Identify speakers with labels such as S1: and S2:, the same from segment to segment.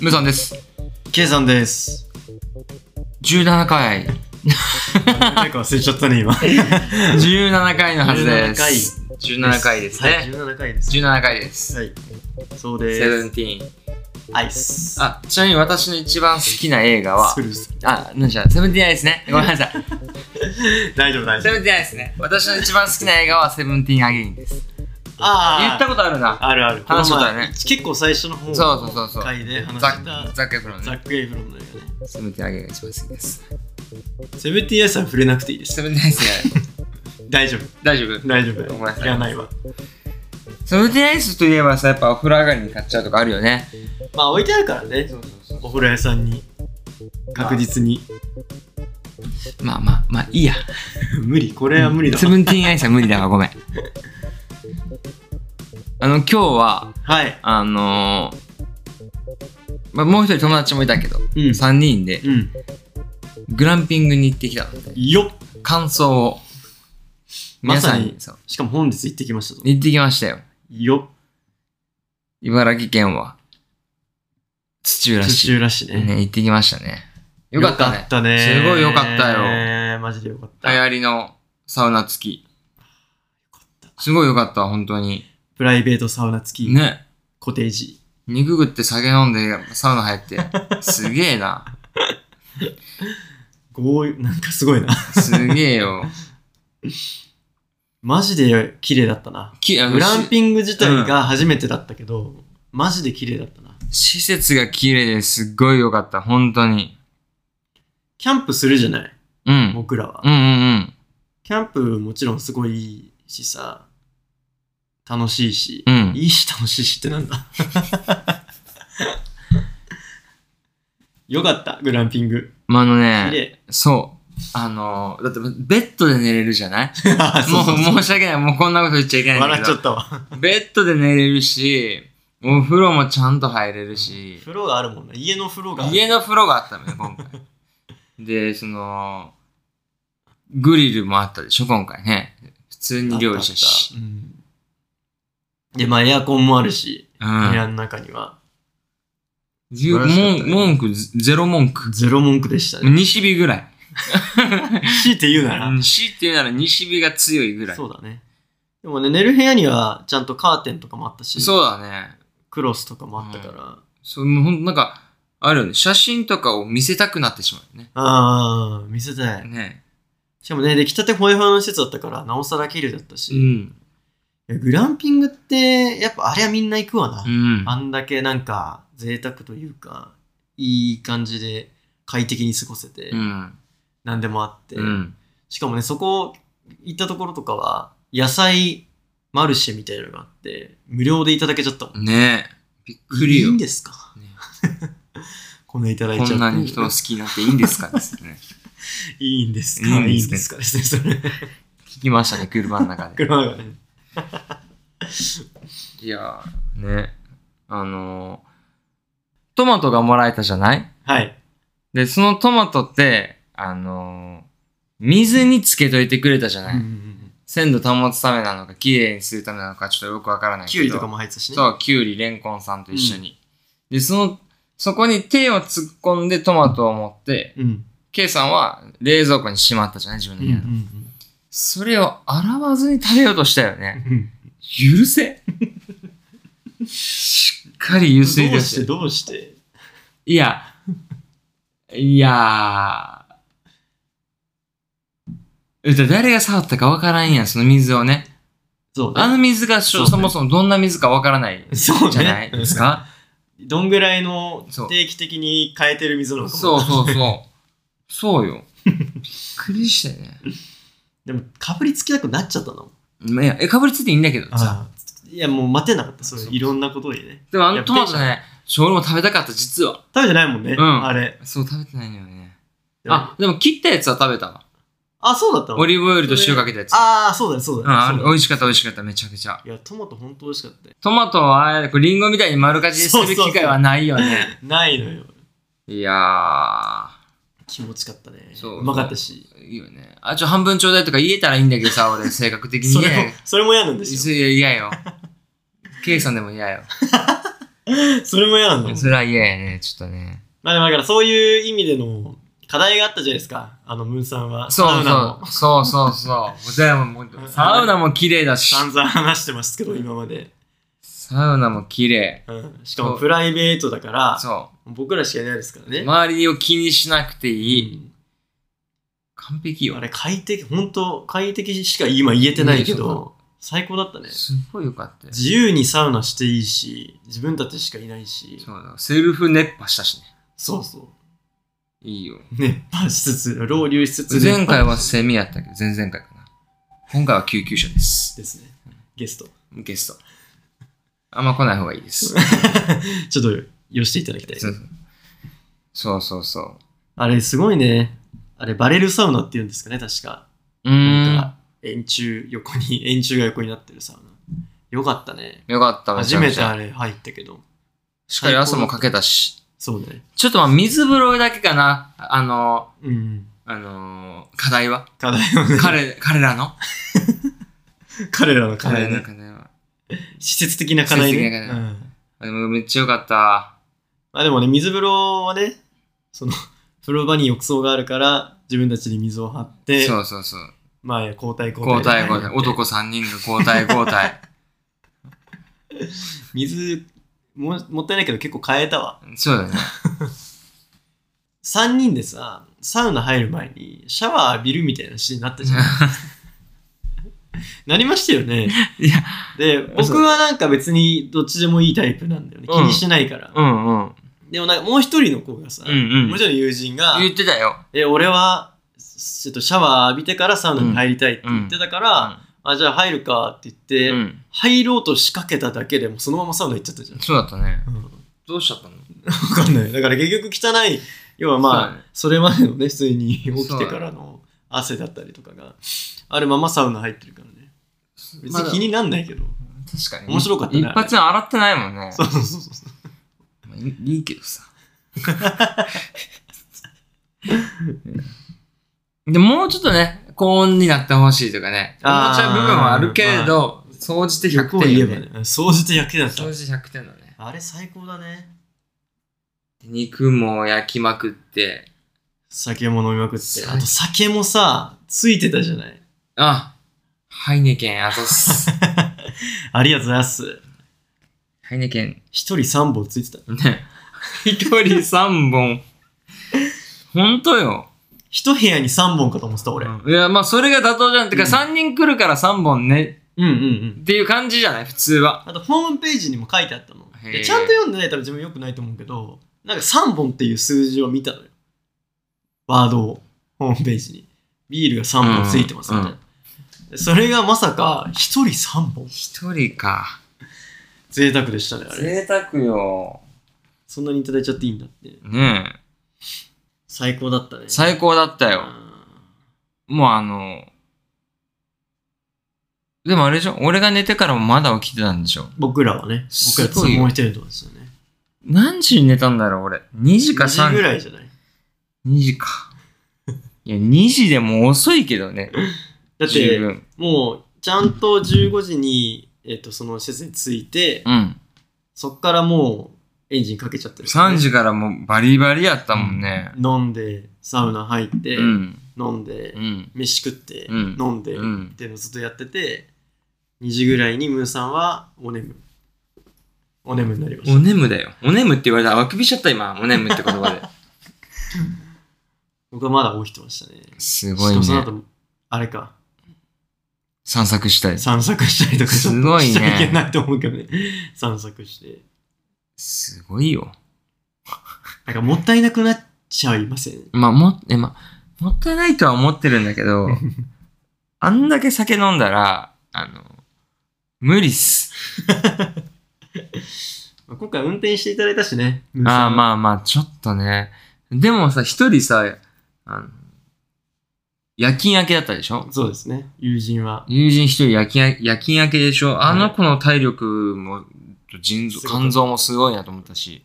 S1: ムさんです。
S2: K さんです。
S1: 17回。
S2: なんか忘れちゃったね、今。
S1: 17回のはずです。17回。です
S2: はい
S1: ね。
S2: 17回です。
S1: 17回です。
S2: はい。そう
S1: セ
S2: で
S1: ブ
S2: す。
S1: ンティーン。
S2: アイス。
S1: あ、ちなみに私の一番好きな映画は
S2: ス、ルス
S1: あ、なんじゃ、セブンティーンアイですね。ごめんなさい。
S2: 大丈夫、大
S1: セ
S2: 丈夫。
S1: ブンティーンアイですね。私の一番好きな映画は、セブンティーンアゲインです。
S2: あ
S1: 言った
S2: こ
S1: ことあるな。
S2: あるある。
S1: 話したことあるね
S2: この前結構最初の方
S1: そうそうそうそう
S2: 回で話
S1: ザ
S2: し
S1: ッ
S2: た
S1: ク、ザックエプロン
S2: ザッ
S1: ね。
S2: ク・エイブロムの映画ね。
S1: セブンティーンアゲインが一番好きです。
S2: セブンティーンアイスは触れなくていいです。
S1: セブンティーンアイですね。
S2: 大丈夫。
S1: 大丈 夫
S2: 大丈夫。
S1: ごめんなさい
S2: いらないわ。
S1: セブンティーンアイスといえばさ、やっぱお風呂上がりに買っちゃうとかあるよね。
S2: まあ置いてあるからね。お風呂屋さんに。確実に。
S1: まあまあ、まあいいや。
S2: 無理。これは無理だ
S1: セ。ブンティーンアイスは無理だわ、ごめん。あの、今日は、
S2: はい。
S1: あのーまあ、もう一人友達もいたけど、
S2: うん。
S1: 3人で
S2: うん。
S1: グランピングに行ってきたので、
S2: よっ。
S1: 感想を、
S2: ま
S1: 皆さ
S2: さ
S1: ん
S2: に
S1: に、そう、
S2: しかも本日行ってきましたぞ。
S1: 行ってきましたよ。
S2: よっ。
S1: 茨城県は、土浦
S2: 途
S1: 市。
S2: 中らしいね。
S1: ね、行ってきましたね。よかったね。すごいよかったよ
S2: よ。マジでよかった。
S1: 流行りのサウナ付き。
S2: っ
S1: すごいよかった、本当に。
S2: プライベートサウナ付き、
S1: ね。
S2: コテージ。
S1: 肉食って酒飲んでサウナ入って。すげえな。
S2: ごうなんかすごいな。
S1: すげえよ。
S2: マジで綺麗だったな。
S1: きあの
S2: グランピング自
S1: うん
S2: 体が初めてだったけど、マジで綺麗だったな。
S1: し施設が綺麗ですっごい良かった、本当に。
S2: キャンプするじゃない
S1: うん。
S2: 僕らは
S1: う。んうん
S2: キャンプもちろんすごいいいしさ、楽しいし、
S1: うん。うん。
S2: いいし楽しいしってな んだよかった、グランピング。
S1: まあ、あの
S2: 綺
S1: ね、
S2: 麗。
S1: そう。あのー、だってベッドで寝れるじゃない
S2: あ
S1: も
S2: そう
S1: う
S2: そうそ
S1: 申
S2: う
S1: し訳ない。もうこんなこと言っちゃいけないんだ
S2: 笑
S1: け
S2: っちゃ
S1: ど。
S2: ったわ。
S1: ベッドで寝れるし、お風呂もちゃんと入れるし、
S2: 風呂があるもんね。家の風呂がある。
S1: 家の風呂があったのよ、今 回。で、その、グリルもあったでしょ、今回ね。普通に料理したし。
S2: うんで、まあエアコンもあるし、
S1: う
S2: 部
S1: ん
S2: 屋の中には。
S1: じゅ
S2: 素晴らしかった
S1: 文
S2: ね
S1: 文句、ゼロ文句。
S2: ゼロ文句でしたね。
S1: 西日ぐらい。
S2: 強いて言うなら。
S1: 西っていうなら西日が強いぐらい。そ
S2: そううだね。でもね、寝る部屋にはちゃんとカーテンとかもあったし、
S1: だね。
S2: クロスとかもあったから。
S1: そう、もうほんとなんか、あるよね。写真とかを見せたくなってしまうよね。
S2: ああ、見せたい。
S1: ね。
S2: しかもね、出来たてほやほやの施設だったから、なおさら綺麗だったし、
S1: う
S2: い
S1: ん。
S2: やグランピングって、やっぱあれはみんな行くわな。
S1: うん。
S2: あんだけなんか、贅沢というか、いい感じで快適に過ごせて、
S1: うん。
S2: 何でもあって、
S1: うん。
S2: しかもね、そこ行ったところとかは、野菜マルシェみたいなのがあって、無料でいただけちゃったもん。
S1: ねびっくり
S2: い
S1: よ。
S2: いん
S1: ね
S2: ですか こんないただいちゃっ
S1: こ
S2: て。
S1: んなに人を好きになっていいんですかです ね。
S2: いいんですか
S1: いいんですね
S2: いいんですかですね、それ。
S1: 聞きましたね、車の中で。
S2: 車がね。
S1: いやー、ね。あのー、トマトがもらえたじゃない
S2: はい。
S1: で、そのトマトって、あのー、水につけといてくれたじゃない、
S2: うんうんうん
S1: 鮮度保つためなのか、綺麗にするためなのか、ちょっとよくわからないけ
S2: キ
S1: ど。
S2: ュウリとかも入ってたしね。
S1: そう、キュウリ、レンコンさんと一緒に。で、その、そこに手を突っ込んでトマトを持って、
S2: うん。
S1: ケイさんは冷蔵庫にしまったじゃない自分
S2: う
S1: の部
S2: ん。う
S1: 屋
S2: ん
S1: の。それを洗わずに食べようとしたよね。
S2: うんうん。
S1: 許せしっかりゆすい
S2: ど
S1: で
S2: う
S1: ほ
S2: して、
S1: し
S2: どうして。
S1: い。いや、いやー。だ誰が触ったかわからんやん、その水をね。
S2: そう
S1: あ
S2: ね。
S1: の水がしょ
S2: そうね
S1: そもそもどんな水かわからない
S2: そう
S1: じゃない
S2: ね。
S1: ですか
S2: どんぐらいの
S1: そう
S2: 定期的に変えてる水なのかも
S1: そうそうそう。そうよ。びっくりしたよね。
S2: でも、かぶりつきたくなっちゃったの。
S1: まあいや、えかぶりついていいんだけどさ。
S2: あーいや、もう待てなかった。そ
S1: そう
S2: れいろんなことにね。
S1: でもあの
S2: や
S1: トマトね、そう俺も食べたかった、実は。
S2: 食べてないもんね。
S1: うん
S2: あれ。
S1: そう、食べてないのよね。あ、でも切ったやつは食べたわ。
S2: あ、そうだったの
S1: オリーブオイルと塩かけたやつ。
S2: ああ、そうだね、そう
S1: う
S2: だ
S1: ん
S2: ね。
S1: あ
S2: そ
S1: れ
S2: うだ
S1: 美
S2: ね
S1: 味しかった、美味しかった、めちゃくちゃ。
S2: いや、トマト本当美味しかったよ。
S1: トマトはああやこれリンゴみたいに丸かじりする機会はないよね。
S2: ないのよ。
S1: いや
S2: 気持ちかったね。
S1: そう
S2: うまかったし。
S1: ー、いいよね。あ、ちょ、半分ちょうだいとか言えたらいいんだけどさ、俺、性格的に
S2: それも
S1: ね。、
S2: それも嫌なんですよ。
S1: いや、嫌よ。ケイさんでも嫌よ。
S2: それも嫌なんだもん
S1: それは嫌やね、ちょっとね。
S2: まあでもだからそういう意味での課題があったじゃないですか。あの、ムーンさんは。
S1: そ
S2: サ
S1: う
S2: ウナも
S1: そう、そうそうそう。でももう、サウナも綺麗だし、
S2: 散々話してますけど、今まで。
S1: サウナも綺麗。
S2: うん。しかも
S1: そう
S2: プライベートだから、
S1: そ
S2: 僕らしかいないですから
S1: う。
S2: ね。
S1: 周りを気にしなくて
S2: う
S1: いい。
S2: ん
S1: 完璧
S2: あ
S1: よ。
S2: れ、快適、本当快適しか今言えてないけ
S1: うんそ
S2: ど、最高だったね。
S1: すごいよかったよ。
S2: 自由にサウナしていいし、自分たちしかいないし、
S1: そうだ、セルフ熱波したしね。
S2: そうそ
S1: いいよ。
S2: う。熱波しつつ、浪流しつつ、
S1: 前回は
S2: 熱波し
S1: セミやったけど、前々回かな。今回は救急車です。
S2: つつですね。ゲスト。
S1: ゲスト。あんま来ない方がいいです。
S2: ちょっと、寄していただきたい。
S1: そうそうそうそう。
S2: あれ、すごいね。あれ、バレルサウナって言うんですかね、確か。
S1: う
S2: なん
S1: ーん。
S2: か円柱横に 円柱が横になってるサウナよかったね
S1: よかった、めち
S2: 初
S1: ゃ
S2: め
S1: めち
S2: て
S1: ゃ
S2: あれ入ったけど
S1: しっかり汗もかけたし。
S2: そうね
S1: ちょっとまあ水風呂だけかな。あの、
S2: うん
S1: あのー、課題 は。
S2: 課題をね
S1: 彼、彼らの
S2: 彼らの課
S1: 彼
S2: 題
S1: らの
S2: ね
S1: 課題は。
S2: 施設的な課題
S1: 施設
S2: ね
S1: 的な課
S2: う
S1: 題
S2: ん
S1: あでもめっちゃよかった。
S2: まあでもね水風呂はねその 風呂場に浴槽があるから自分たちに水を張って
S1: そうそうそう。
S2: まあ交代交代
S1: 交代 交代。
S2: 入って
S1: 男3人が交代交代。
S2: 水ももったいないけど結構変えたわ
S1: そうだね。
S2: 3人でさサウナ入る前にシャワー浴びるみたいなシーンになっ たじゃんなりましたよね
S1: いや、
S2: で僕はなんか別にどっちでもいいタイプなんだよね気
S1: うん
S2: にしないから、
S1: うんうん。
S2: でもなんかもう一人の子がさ、
S1: うんうん
S2: もちろん友人が
S1: 言ってたよ。
S2: 「え俺はちょっとシャワー浴びてからサウナに入りたい」って言ってたから、あじゃあ入るかって言って、
S1: うん。
S2: 入ろうと仕掛けただけでもうそのままサウナ行っちゃったじゃん、
S1: そうだったね。
S2: うん、
S1: どうしちゃったの
S2: 分かんないだから結局汚い要は
S1: そう
S2: ま
S1: だ
S2: あ
S1: ね
S2: それまでのね普通に起きてからの汗だったりとかがあるままサウナ入ってるからね別に気になんないけど、
S1: 確かに。
S2: 面白かったね
S1: 一発目洗ってないもんね。
S2: そうそうそうそう
S1: まあいいいいけど さ。でもうちょっとね、高温になってほしいとかね、お
S2: あー
S1: もちゃ部分はあるけれど、掃除て
S2: 100
S1: 100点
S2: を言え
S1: よ、
S2: ば
S1: ね
S2: ね。掃除と焼きだった
S1: 掃除100点だね。
S2: あれ最高だね
S1: 肉も焼きまくって、
S2: 酒も飲みまくって
S1: 最高
S2: あと酒もさついてたじゃ ない
S1: あ、ハイネケン、あざっ す。
S2: ありがとうございます
S1: ハイネケン、
S2: 一人3本ついてた
S1: ね。 一人三本。ほんとよ。
S2: 一部屋に3本かと思ってた俺、
S1: いや、まあそれが妥当じゃん。てか
S2: うん
S1: 3人来るから3本ね、
S2: うんうんうん
S1: っていう感じじゃない普通は。
S2: あとホームページにも書いてあったの
S1: へー
S2: でちゃんと読んでないと自分よくないと思うけどなんか3本っていう数字を見たのよワードをホームページにビールが3本ついてますみたいな、でそれがまさか一人3本
S1: 一人か。
S2: 贅沢でしたねあれ
S1: 贅沢よ。
S2: そんなにいただいちゃっていいんだって
S1: ねえ。
S2: 最高だったね
S1: 最高だったよ。
S2: う
S1: もうあの、でもあれでしょ俺が寝てからもまだ起きてたんでしょ
S2: ん僕らはね僕ら
S1: すごいよ
S2: もう一人とですよね
S1: 何時に寝たんだろう俺。2時か
S2: 2
S1: 3
S2: 時
S1: 時。
S2: ぐらいじゃない
S1: 2時か。いや、2時でも遅いけどね。
S2: だっ
S1: 十
S2: て
S1: 分。
S2: もうちゃんと15時に、えっとその施設に着いて
S1: うん。
S2: そっからもうエンジンかけちゃってるからね、
S1: 3時からもうバリバリやったもんね。
S2: 飲んでサウナ入って、
S1: うん。
S2: 飲んで
S1: うん。
S2: 飯食って、
S1: うん
S2: 飲んで、
S1: うん
S2: っていうのをずっとやってて2時ぐらいにムーさんはお眠お眠になりまし
S1: お
S2: た
S1: ねむだよ。おねむって言われたらあくびしちゃった今。おねむって言葉で。
S2: 僕はまだ起きてましたね
S1: す
S2: し
S1: ご
S2: か
S1: い
S2: もその
S1: ね。
S2: 後あれか
S1: 散策したい。
S2: 散策したりとかちょっ
S1: す
S2: と
S1: ごいね
S2: しちゃいけないと思うけどね散策して
S1: すごいよ。
S2: なんかもったいなくなっちゃいません
S1: まあ、も、え、まあ、もったいないとは思ってるんだけど、あんだけ酒飲んだら、あの、無理っす。
S2: まあ今回運転していただいたしねムーさん
S1: ああ、まあまあ、ちょっとね。でもさ、一人さ、あの、夜勤明けだったでしょ
S2: そうですね友人は
S1: 友人一人夜勤明け夜勤明けでしょあの子の体力も、腎臓、
S2: すごかった
S1: 肝臓もすごいなと思ったし。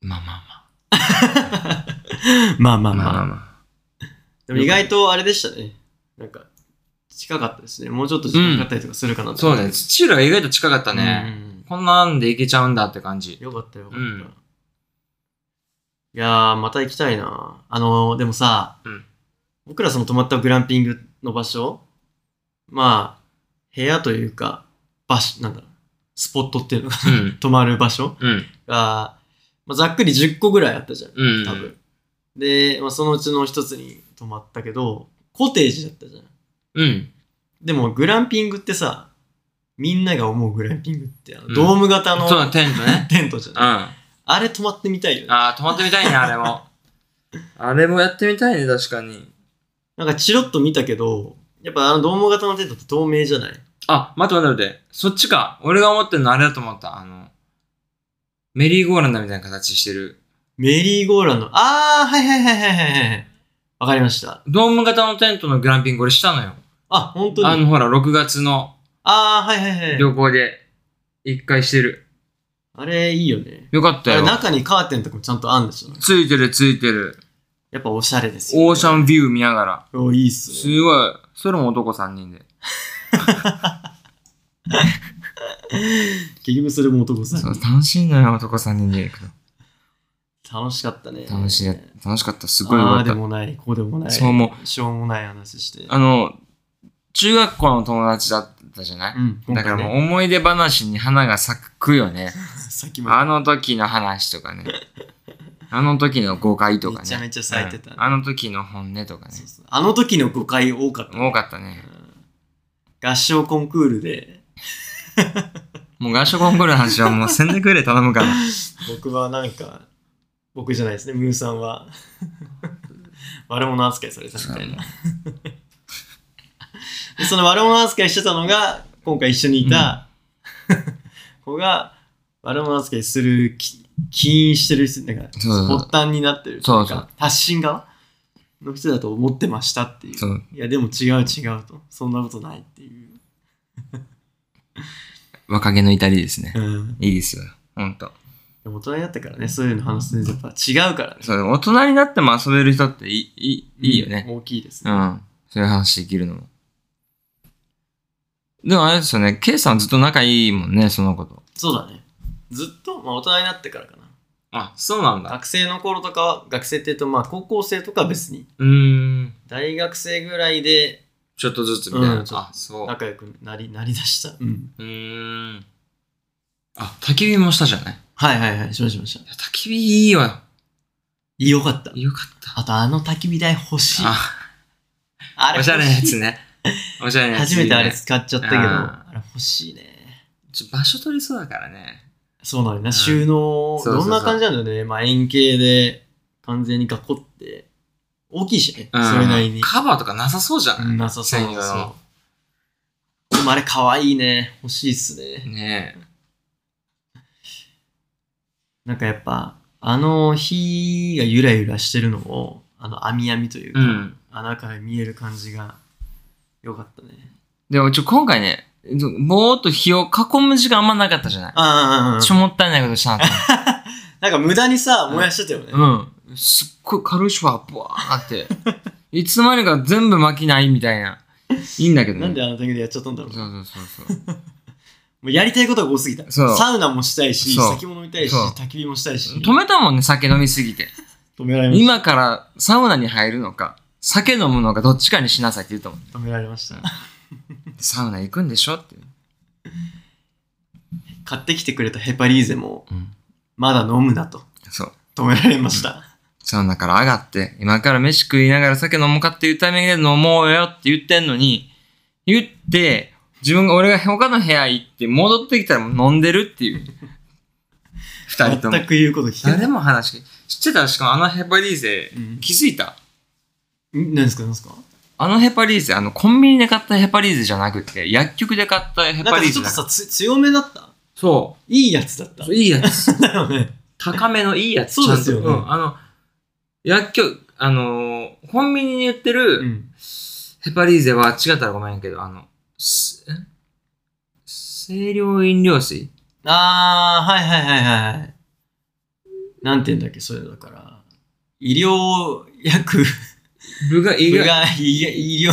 S1: まあまあ
S2: まあま
S1: まあ。
S2: あまあ
S1: まあ。
S2: でも意外とあれでしたね。なんか、近かったですね。もうちょっと時間かかったりとかするかなと
S1: そうね。
S2: です
S1: 土浦意外と近かったね。。こんなんで行けちゃうんだって感じ。
S2: よかったよかった。
S1: うん
S2: いやー、また行きたいな。あのー、でもさ、
S1: うん
S2: 僕らその泊まったグランピングの場所、まあ、部屋というか、場所、なんだろう、スポットっていうのが、
S1: うん。
S2: 泊まる場所
S1: うん。
S2: が、まあ、ざっくり10個ぐらいあったじゃん、
S1: うん。
S2: 多分。で、まあ、そのうちの一つに泊まったけど、コテージだったじゃん。
S1: うん。
S2: でも、グランピングってさ、みんなが思うグランピングって、あの
S1: うん
S2: ドーム型の、
S1: そうだ、テントね。
S2: テントじゃ
S1: うん。
S2: ない。
S1: あ
S2: あれ泊まってみたいよね。
S1: あー、泊まってみたいね、あれも。 あれもやってみたいね、確かに。
S2: なんかチロッと見たけど、やっぱあのドーム型のテントって透明じゃない
S1: あ、待って待って待って。そっちか。俺が思ってるのあれだと思った。あの、メリーゴーランドみたいな形してる。
S2: メリーゴーランド。あー、はいはいはいはいはいはい。わかりました。
S1: ドーム型のテントのグランピング俺したのよ。
S2: あ、本当に。
S1: あの、ほら、6月の
S2: あー、はいはいはい。
S1: 旅行で一回してる。
S2: あれいいよね。
S1: よかっ
S2: あ
S1: た
S2: れ
S1: よ。
S2: 中にカーテンとかもちゃんとあんでしょ
S1: ついてるついてる。
S2: やっぱおしゃれですよ、
S1: オーシャンビュー見ながら。
S2: ン。おいいっす
S1: す
S2: ね。
S1: ごい。それも男3人で。
S2: 結局それも男さん
S1: そう、。楽しいのよ、男3人で行く
S2: 楽しかったね。
S1: と。楽しい、楽しかった。す
S2: す
S1: ごいよ
S2: あ
S1: か
S2: あ
S1: っ
S2: で
S1: た。
S2: もない、こうでもない。
S1: そう思
S2: しょうもない話して。
S1: あの、中学校の友達だったじゃない、
S2: うん、
S1: だから
S2: 今回
S1: も
S2: ね、
S1: う思い出話に花が咲くよね。
S2: さっきも
S1: あの時の話とかね。あの時の誤解とかね。
S2: めちゃめちゃ咲いてたね
S1: うんあの時の本音とかね
S2: そう。そうあの時の誤解多かったね、
S1: 多かったね。
S2: うん合唱コンクールで、
S1: もう合唱コンクールの話はもうせんでくれ頼むから。
S2: 僕はなんか僕じゃないですねムーさ んは悪者扱いされたみたいなでその悪者扱いしてたのが今回一緒にいた、子が悪者扱いするき起因してる人なんか
S1: そうそうそう
S2: 発端になってる
S1: そうそう
S2: なんか発信側の人だと思ってましたっていう
S1: そう
S2: いやでも違う違うとそんなことないっていう、
S1: 若気の至りですね。
S2: うん、
S1: いいですよ。ほんと。
S2: でも大人になったからねそういうの話するとやっぱ違うからね
S1: そう、大人になっても遊べる人っていい、いい、いいよね。
S2: 大きいです
S1: う
S2: ね、
S1: ん。そういう話できるのも。でもあれですよね、K さんずっと仲いいもんね、そのこと。
S2: そうだね。ずっと、まあ、大人になってからかな。
S1: あ、そうなん。
S2: 学生の頃とかは、学生っていうと、まあ、高校生とかは別に、
S1: うーん。
S2: 大学生ぐらいで
S1: ちょっとずつみたいな。
S2: うん
S1: あ、そう。
S2: 仲良くなり、なりだした。うん。
S1: うーん。あ、焚き火もしたじゃないい
S2: はいはいはい、しましたしました。
S1: や焚き火いいわ。
S2: よかった。
S1: よかった。
S2: あと、あの焚き火台欲しい。
S1: あ、
S2: あ
S1: おしゃれなやつ
S2: ね。
S1: ね。おしゃれなやつい
S2: 初
S1: いね、
S2: めてあれ使っちゃったけど、
S1: あ
S2: あれ欲しいね。
S1: ちょ場所取りそうだからね。
S2: そうなのよな、収納、
S1: そうそうそう
S2: どんな感じなんだよね。まあ、円形で、完全に囲って、大きいしね、それなりに。
S1: カバーとかなさそうじゃない、
S2: なさそう
S1: 専用の
S2: そうでもあれ可愛いね欲しいっすね
S1: ね
S2: なんかやっぱあの火がゆらゆらしてるのをあの網網という
S1: え。う
S2: か、
S1: ん。
S2: 穴から見える感じがよかったね
S1: でもちょ、今回ね、ぼーっと火を囲む時間あんまなかったじゃない
S2: ああ
S1: ちょ、もったいないことしたなと
S2: なんか無駄にさ燃やしてたよ ね、
S1: 思って。うん。すっごい軽いシュワー、ブワーって。いつの間にか全部巻きないみたいな。いいんだけどね。
S2: なんであの時でやっちゃったんだろ
S1: そううそうそうそう。
S2: もうやりたいことが多すぎた
S1: そう
S2: サウナもしたいし
S1: そう
S2: 酒も飲みたいし
S1: そう
S2: 焚き火もしたいし
S1: 止めたもんね、酒飲みすぎて。
S2: 止められまし
S1: 今からサウナに入るのか、酒飲むのか、どっちかにしなさいって言うと思う。
S2: た止められました
S1: サウナ行くんでしょって。
S2: 買ってきてくれたヘパリーゼも
S1: うん。
S2: まだ飲むなと
S1: そう。
S2: 止められました、
S1: サウナから上がって、今から飯食いながら酒飲もうかっていうタイミングで飲もうよって言ってんのに、言って、自分が、俺が他の部屋行って戻ってきたらもう飲んでるっていう。二人とも
S2: 全。く言うこと聞けない
S1: 誰も話聞け知ってたしかもあのヘパリーゼ、
S2: うん
S1: 気づいた
S2: ん何ですか何ですか
S1: あのヘパリーゼ、あのコンビニで買ったヘパリーゼじゃなくて、薬局で買ったヘ
S2: なん
S1: パ
S2: か
S1: リー
S2: ち
S1: ゼ
S2: ょっと
S1: だから
S2: さつ強めだった
S1: そ
S2: いいやつだった
S1: う。いいやつ。
S2: だよね
S1: 高めのいいやつ。
S2: そうですよね
S1: ちゃんとうん、あの、薬局、あのーコンビニに売ってる、
S2: うん
S1: ヘパリーゼは違ったらごめんやけど、あの、すん清涼飲料水
S2: ああはいはいはいはいはいなんて言うんだっけそれだから医療薬
S1: 部外、意
S2: 部
S1: 外、
S2: 外医療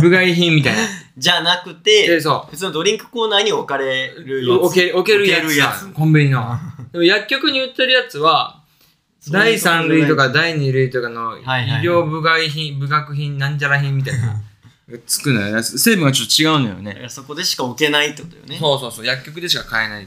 S1: 部外品み たいな。
S2: じゃなく
S1: で、
S2: て、
S1: そ
S2: 普通のドリンクコーナーに置かれるや
S1: う。
S2: つ。
S1: 置け置けるや
S2: 置け
S1: つ
S2: るや
S1: さ
S2: つ
S1: コンビニ の。でも薬局に売ってるやつは、第3類とか第2類とかの医
S2: はいはい
S1: 療部外品、部学品、なんちゃら品みたいな。 つくのよ。成分がちょっと違うのよ
S2: だ
S1: ね。
S2: からそこでしか置けないってことよね。
S1: そうそうそう。薬局でしか買えない。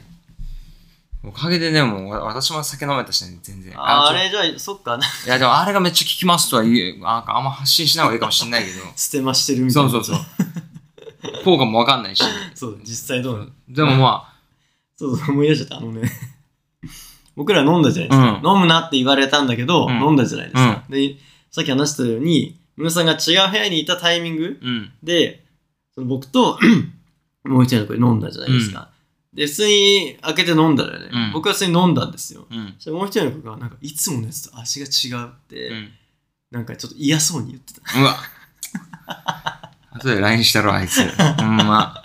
S1: おかげでね、もうわ私も酒飲めたしね、全然。
S2: あ
S1: ちょ
S2: れじゃあ、そっか、
S1: いや、でもあれがめっちゃ効きますとは言え、なんかあんま発信しない方がいいかもしれないけど。
S2: 捨てましてるみたい
S1: そ
S2: な。
S1: うそうそう。効果もわかんないし。
S2: そう、実際どうなの
S1: でもま
S2: そうそう、思い出しちゃった。あのね、 僕ら飲んだじゃないですか。飲むなって言われたんだけど、
S1: うん
S2: 飲んだじゃないですか。で、さっき話したように、ムロさんが違う部屋にいたタイミング
S1: あ、うん。
S2: で、その僕と、 もう一人の子で飲んだじゃないですか。で、普通に開けて飲んだらね、
S1: うん
S2: 僕は普通に飲んだんですよ。
S1: うん。
S2: そしたらもう一人の子が、なんか、いつものやつと味が違うって、
S1: うん。
S2: なんかちょっと嫌そうに言ってた。
S1: うわ。後で LINE したろ、あいつ。ほんま。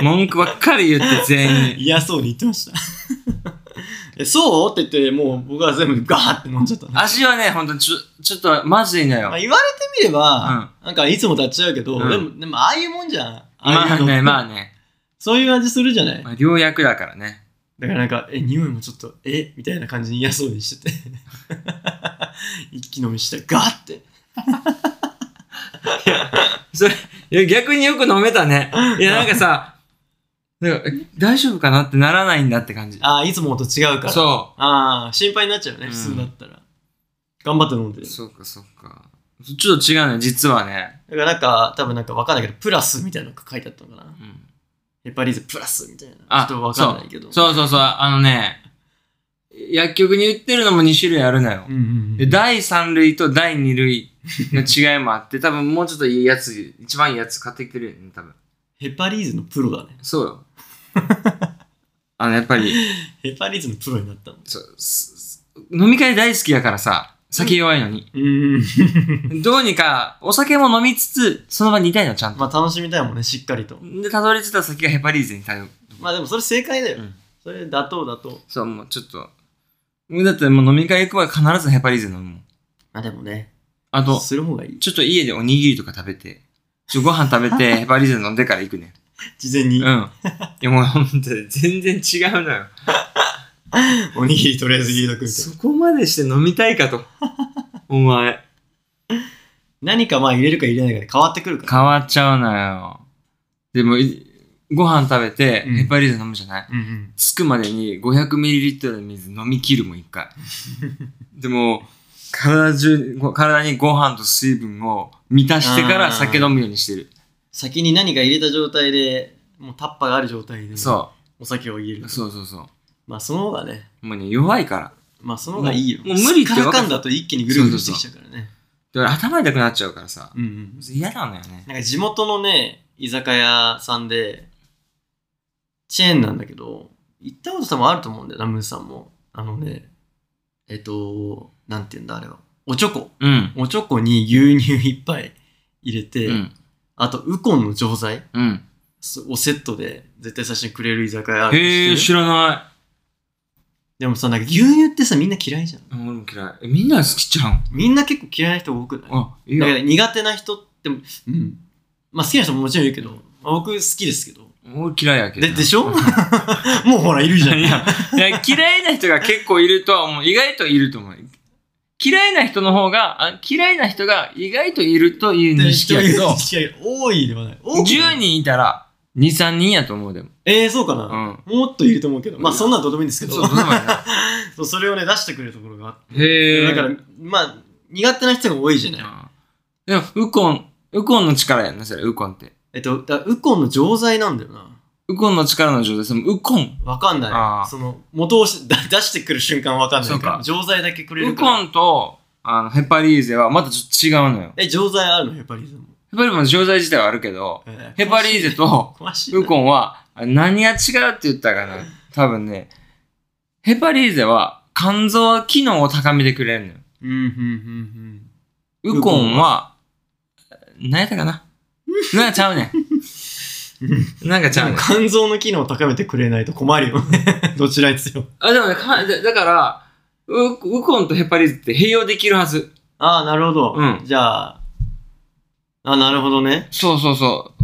S1: 文句ばっかり言って、全員。
S2: 嫌そうに言ってました。 えそうって言って、もう僕は全部ガーって飲んじゃった。
S1: 味はね、ほんと、ちょ、ちょっと、マジでいいのよ
S2: まあ、。言われてみれば、なんかいつもとは違うけど、
S1: うん
S2: でも、でもああいうもんじゃん。ああいう
S1: まあ
S2: の
S1: ね、まあね。
S2: そういう味するじゃない、
S1: まあ、良薬だからね。
S2: だからなんか、え、匂いもちょっと、えみたいな感じに嫌そうにしてて。 一気飲みして、ガーって。
S1: それ、いや逆によく飲めたね。いや、なんかさ、なんかえ大丈夫かなってならないんだって感じ。
S2: ああ、いつもと違うから。
S1: そ
S2: ああ、心配になっちゃうね、
S1: うん
S2: 普通だったら。頑張って飲んで
S1: う。
S2: る。
S1: そうか、そうか。ちょっと違うね、実はね。
S2: だからなんか、多分なんかわかんないけど、プラスみたいなのが書いてあったのかな。
S1: うん
S2: ヘパリーゼプラスみたいな。
S1: あ
S2: ちょっとわかんないけど。
S1: そうそうそう、あのね、薬局に売ってるのも2種類あるのよ
S2: う。んうんう
S1: で
S2: ん。
S1: 第3類と第2類の違いもあって、多 分もうちょっといいやつ、一番いいやつ買ってきてるよね、多分。
S2: ヘパリーゼのプロだね。
S1: そう よ。あの、やっぱり、
S2: ヘパリーゼのプロになったの。
S1: そうす飲み会大好きだからさ、酒弱いのに。
S2: うん。
S1: どうにか、お酒も飲みつつ、その場にいたいの、ちゃんと。
S2: まあ楽しみたいもんね、しっかりと。
S1: で、たどり着いた先がヘパリーゼに頼る。
S2: まあでもそれ正解だ
S1: う
S2: よ。
S1: ん
S2: それ妥当妥当。
S1: そう、もうちょっと。だってもう飲み会行く前必ずヘパリーゼ飲むもん。
S2: まあでもね、
S1: あと、
S2: する方がいい。
S1: ちょっと家でおにぎりとか食べて、ちょご飯食べ て、ヘパリーゼ飲んでから行くね。
S2: 事前
S1: うん。い
S2: に
S1: やもうほんと全然違うのよ。
S2: おにぎりとりあえず入れとくみたいな。
S1: そこまでして飲みたい かと。お前。
S2: 何かまあ入れるか入れないかで変わってくるから。
S1: 変わっちゃうのよ。でも、いご飯食べて、
S2: うん
S1: ヘパリーゼ飲むじゃない、
S2: うんうん。
S1: 着くまでに 500ml の水飲み切るもん一回 でも体中ご体にご飯と水分を満たしてから酒飲むようにしてる
S2: 先に何か入れた状態で、もうタッパーがある状態で、
S1: そ
S2: お酒を入れる
S1: う。そうそうそ
S2: まあその方がね、
S1: うもうね弱いから
S2: まあその方がいいよ。
S1: もうもう無理って
S2: すっ
S1: わ
S2: か
S1: かる
S2: らかんだと一気にぐるぐるしてきちゃうからね。
S1: だから頭痛くなっちゃうからさ
S2: うんうん。
S1: 嫌なのよね
S2: なんか地元のね、居酒屋さんで、チェーンなんだけど、行ったこと多分あると思うんだよな、ムーさんも。あのね、えっと、なんて言うんだ、あれは。おちょこ。
S1: うん
S2: おちょこに牛乳一杯入れて、
S1: うん
S2: あと、ウコンの錠剤
S1: うん
S2: すをセットで絶対最初にくれる居酒屋あるの
S1: へえ
S2: 知って
S1: 知
S2: る
S1: らな
S2: でもさ、なんか牛乳ってさ、みんな嫌いじゃん。
S1: いうん俺も嫌いえみんな好きじゃん
S2: みんな結構嫌いな人多くない
S1: あいい
S2: だ
S1: よ
S2: から苦手な人って、うん。まあ好きな人ももちろんいるけど、まあ僕好きですけど。
S1: 俺嫌いやけど
S2: で
S1: な
S2: でしょ
S1: うん
S2: もうほら、いるじゃん。
S1: いやいや嫌いな人が結構いるとは思う。意外といると思う。嫌いな人の方が、あ嫌いな人が意外といるという認識やけど、
S2: いや多いではない。多くない
S1: 10人いたら2、3人やと思うでも。
S2: えー、そうか
S1: う
S2: な、
S1: ん。
S2: もっといると思うけど、まあそんなんどうでもいいんですけど、
S1: そう、そうなんや
S2: そうそれをね、出してくれるところがあっ
S1: へ
S2: て、
S1: え。
S2: だから、まあ、苦手な人が多いじゃない。
S1: でも、ウコン、ウコンの力やんな、それ、ウコンって。
S2: えっと、だウコンの錠剤なんだよな。
S1: ウコンの力の状態、そのウコン。
S2: わかん
S1: あ
S2: な
S1: ー
S2: い。その、元をし だ出してくる瞬間わかんないか、
S1: そうから
S2: 錠剤だけくれ
S1: ウ
S2: るから。
S1: コンと、あの、ヘパリーゼはまたちょっと違うのよ。
S2: え、錠剤あるのヘパリーゼも。
S1: ヘパリーゼも錠剤自体はあるけど、
S2: え
S1: ヘパリーゼと、
S2: 詳しいな。
S1: ウコンは、あ何が違うって言ったかな多分ね、ヘパリーゼは肝臓機能を高めてくれるのよ。
S2: うん、うん、うん、
S1: ウコンは、何やったかななんかちゃうねん。なんかちゃう
S2: う
S1: ね
S2: ん。
S1: ん。
S2: 肝臓の機能を高めてくれないと困るよね。 どちらにせよ。
S1: あ、でもね、かだだからウ、ウコンとヘパリーゼって併用できるはず。
S2: ああ、なるほど。
S1: うん
S2: じゃあ、あなるほどね。
S1: そうそうそ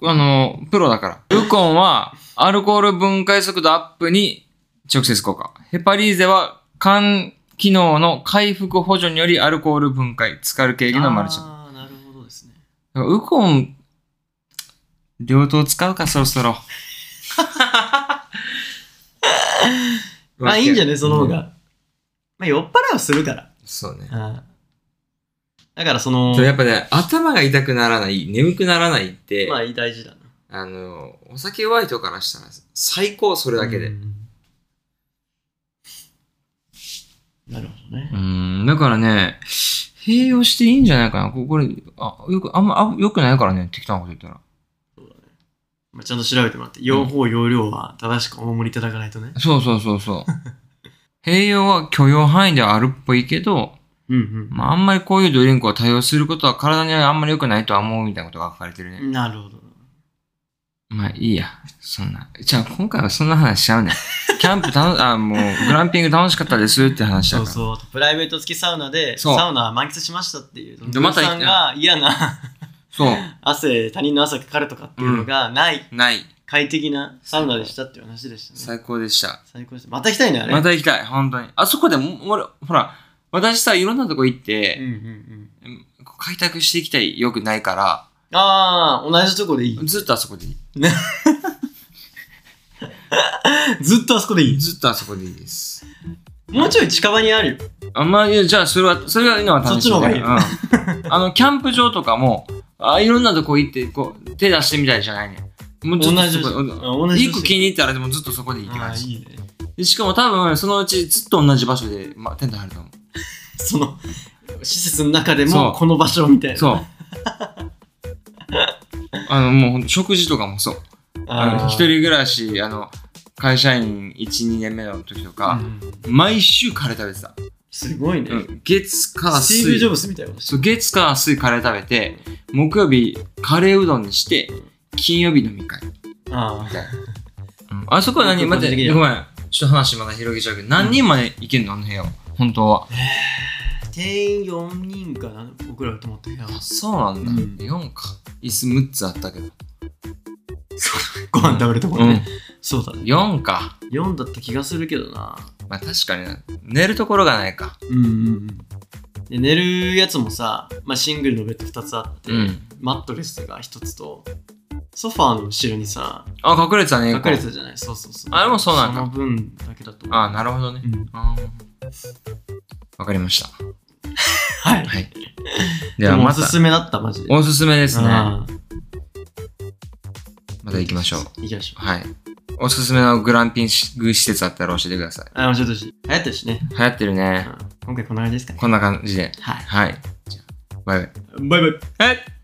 S1: う。あの、プロだから。ウコンは、アルコール分解速度アップに直接効果。ヘパリーゼは、肝機能の回復補助によりアルコール分解、疲れ軽減のマルチャン。
S2: ああ、なるほどですね。
S1: ウコン、両刀使うか、そろそろ。
S2: まあいいんじゃねその方が。
S1: うん。
S2: まあ酔っ払いはするから。
S1: そうね。
S2: あだからその
S1: そ、れやっぱね、頭が痛くならない、眠くならないって、
S2: まあ大事だな。
S1: あの、お酒弱い人からしたら最高、それだけで。
S2: うん。なるほどね
S1: う。ーん、だからね、併用していいんじゃないかな。ここれ、あ、よく、あんま、あよくないからね、適当なこと言ったら。
S2: まあ、ちゃんと調べてもらって、用法、用量は正しくお守りいただかないとね。
S1: そうそうそうそう。 併用は許容範囲ではあるっぽいけど、
S2: うん
S1: まあ、あんまりこういうドリンクを多用することは体にはあんまり良くないとは思うみたいなことが書かれてる
S2: う
S1: ね。
S2: ん。なるほど。
S1: まあ、いいや。そんな。じゃあ、今回はそんな話しちゃうね。キャンプ楽、あ、もう、 グランピング楽しかったですって話だか
S2: そう
S1: ら。
S2: そう。プライベート付きサウナで、
S1: そう
S2: サウナ満喫しましたっていう。
S1: でまた
S2: さんが嫌な
S1: そう。
S2: 汗、他人の汗かかるとかっていうのがない、
S1: ない。
S2: 快適なサウナでしたっていう話でしたね。
S1: 最高でした。
S2: 最高でした。また行きたいね、あれ。
S1: また行きたい、本当に。あそこでも、俺、ほら、私さ、いろんなとこ行って、
S2: うんうんうん。
S1: こう開拓していきたいよくないか
S2: ああ、同じとこでいい
S1: ら、。ずっとあそこでいい。
S2: ずっとあそこでいい。
S1: ずっとあそこでいいです。
S2: もうちょい近場にあるよ。
S1: あんまあ、いやじゃあ、それは、それがいいのは楽しい、
S2: そっちの
S1: うん、あの、キャンプ場とかも、あいろんなとこ行って、こう、手出してみたいじゃないね。もうず
S2: 同
S1: っと
S2: じ。
S1: そこ
S2: 同じ。
S1: 一個気に入ったら、でもずっとそこでいいって
S2: あ
S1: 感
S2: あ、
S1: じ。
S2: いいね。
S1: でしかも多分、そのうちずっと同じ場所で、まあ、テント張ると思
S2: その、施設の中で
S1: そ
S2: も
S1: う。
S2: この場所みたいう な。
S1: そう。あの、もうほんと、食事とかもそう。あ
S2: あ
S1: の
S2: ー
S1: 一人暮らし、あの、会社員1、2年目の時とか
S2: う、ん
S1: 毎週カレー食べてた。
S2: すごいね。
S1: うん月火
S2: スティーブ・ジ
S1: 水
S2: ョブスみたいなことして
S1: そう月火水カレー食べて木曜日カレーうどんにして金曜日飲み会、
S2: るあ
S1: うんあそこは何
S2: 僕個
S1: 待
S2: 人
S1: っ
S2: 的
S1: て
S2: に
S1: ご
S2: は
S1: めんちょっと話まだ広げちゃうけど何人まで行けんのあの部屋は本当は
S2: あ店員4人かな僕らが泊まった部屋
S1: あそうなんだ、
S2: うん
S1: 4か椅子6つあったけど、
S2: ご飯食べるとこ
S1: う
S2: ろね
S1: ん、
S2: そうだね
S1: 4か
S2: 4だった気がするけどな
S1: まあ確かにな寝るところがないか
S2: うんうんうんで寝るやつもさ、まあ、シングルのベッド2つあって、
S1: うん
S2: マットレスが1つとソファーの後ろにさ
S1: あ隠れてたね
S2: 隠れてたじゃないそうそうそう
S1: あれもそうなんだ
S2: その分だけだと思う
S1: あなるほどね
S2: うん
S1: あーわかりました
S2: はい
S1: はいで
S2: で
S1: は
S2: もお
S1: また
S2: すすめだったマジで
S1: おすすめですね
S2: あー
S1: また行きましょう
S2: 行きましょう
S1: はい。おすすめのグランピング施設あったら教えてください。
S2: あちょっとし流行ってるしね、
S1: 流行ってるね。
S2: うん今回こんな感じですかね
S1: こんな感じで。
S2: はい
S1: はい。じゃあバイバイ。
S2: バイバイ
S1: えっ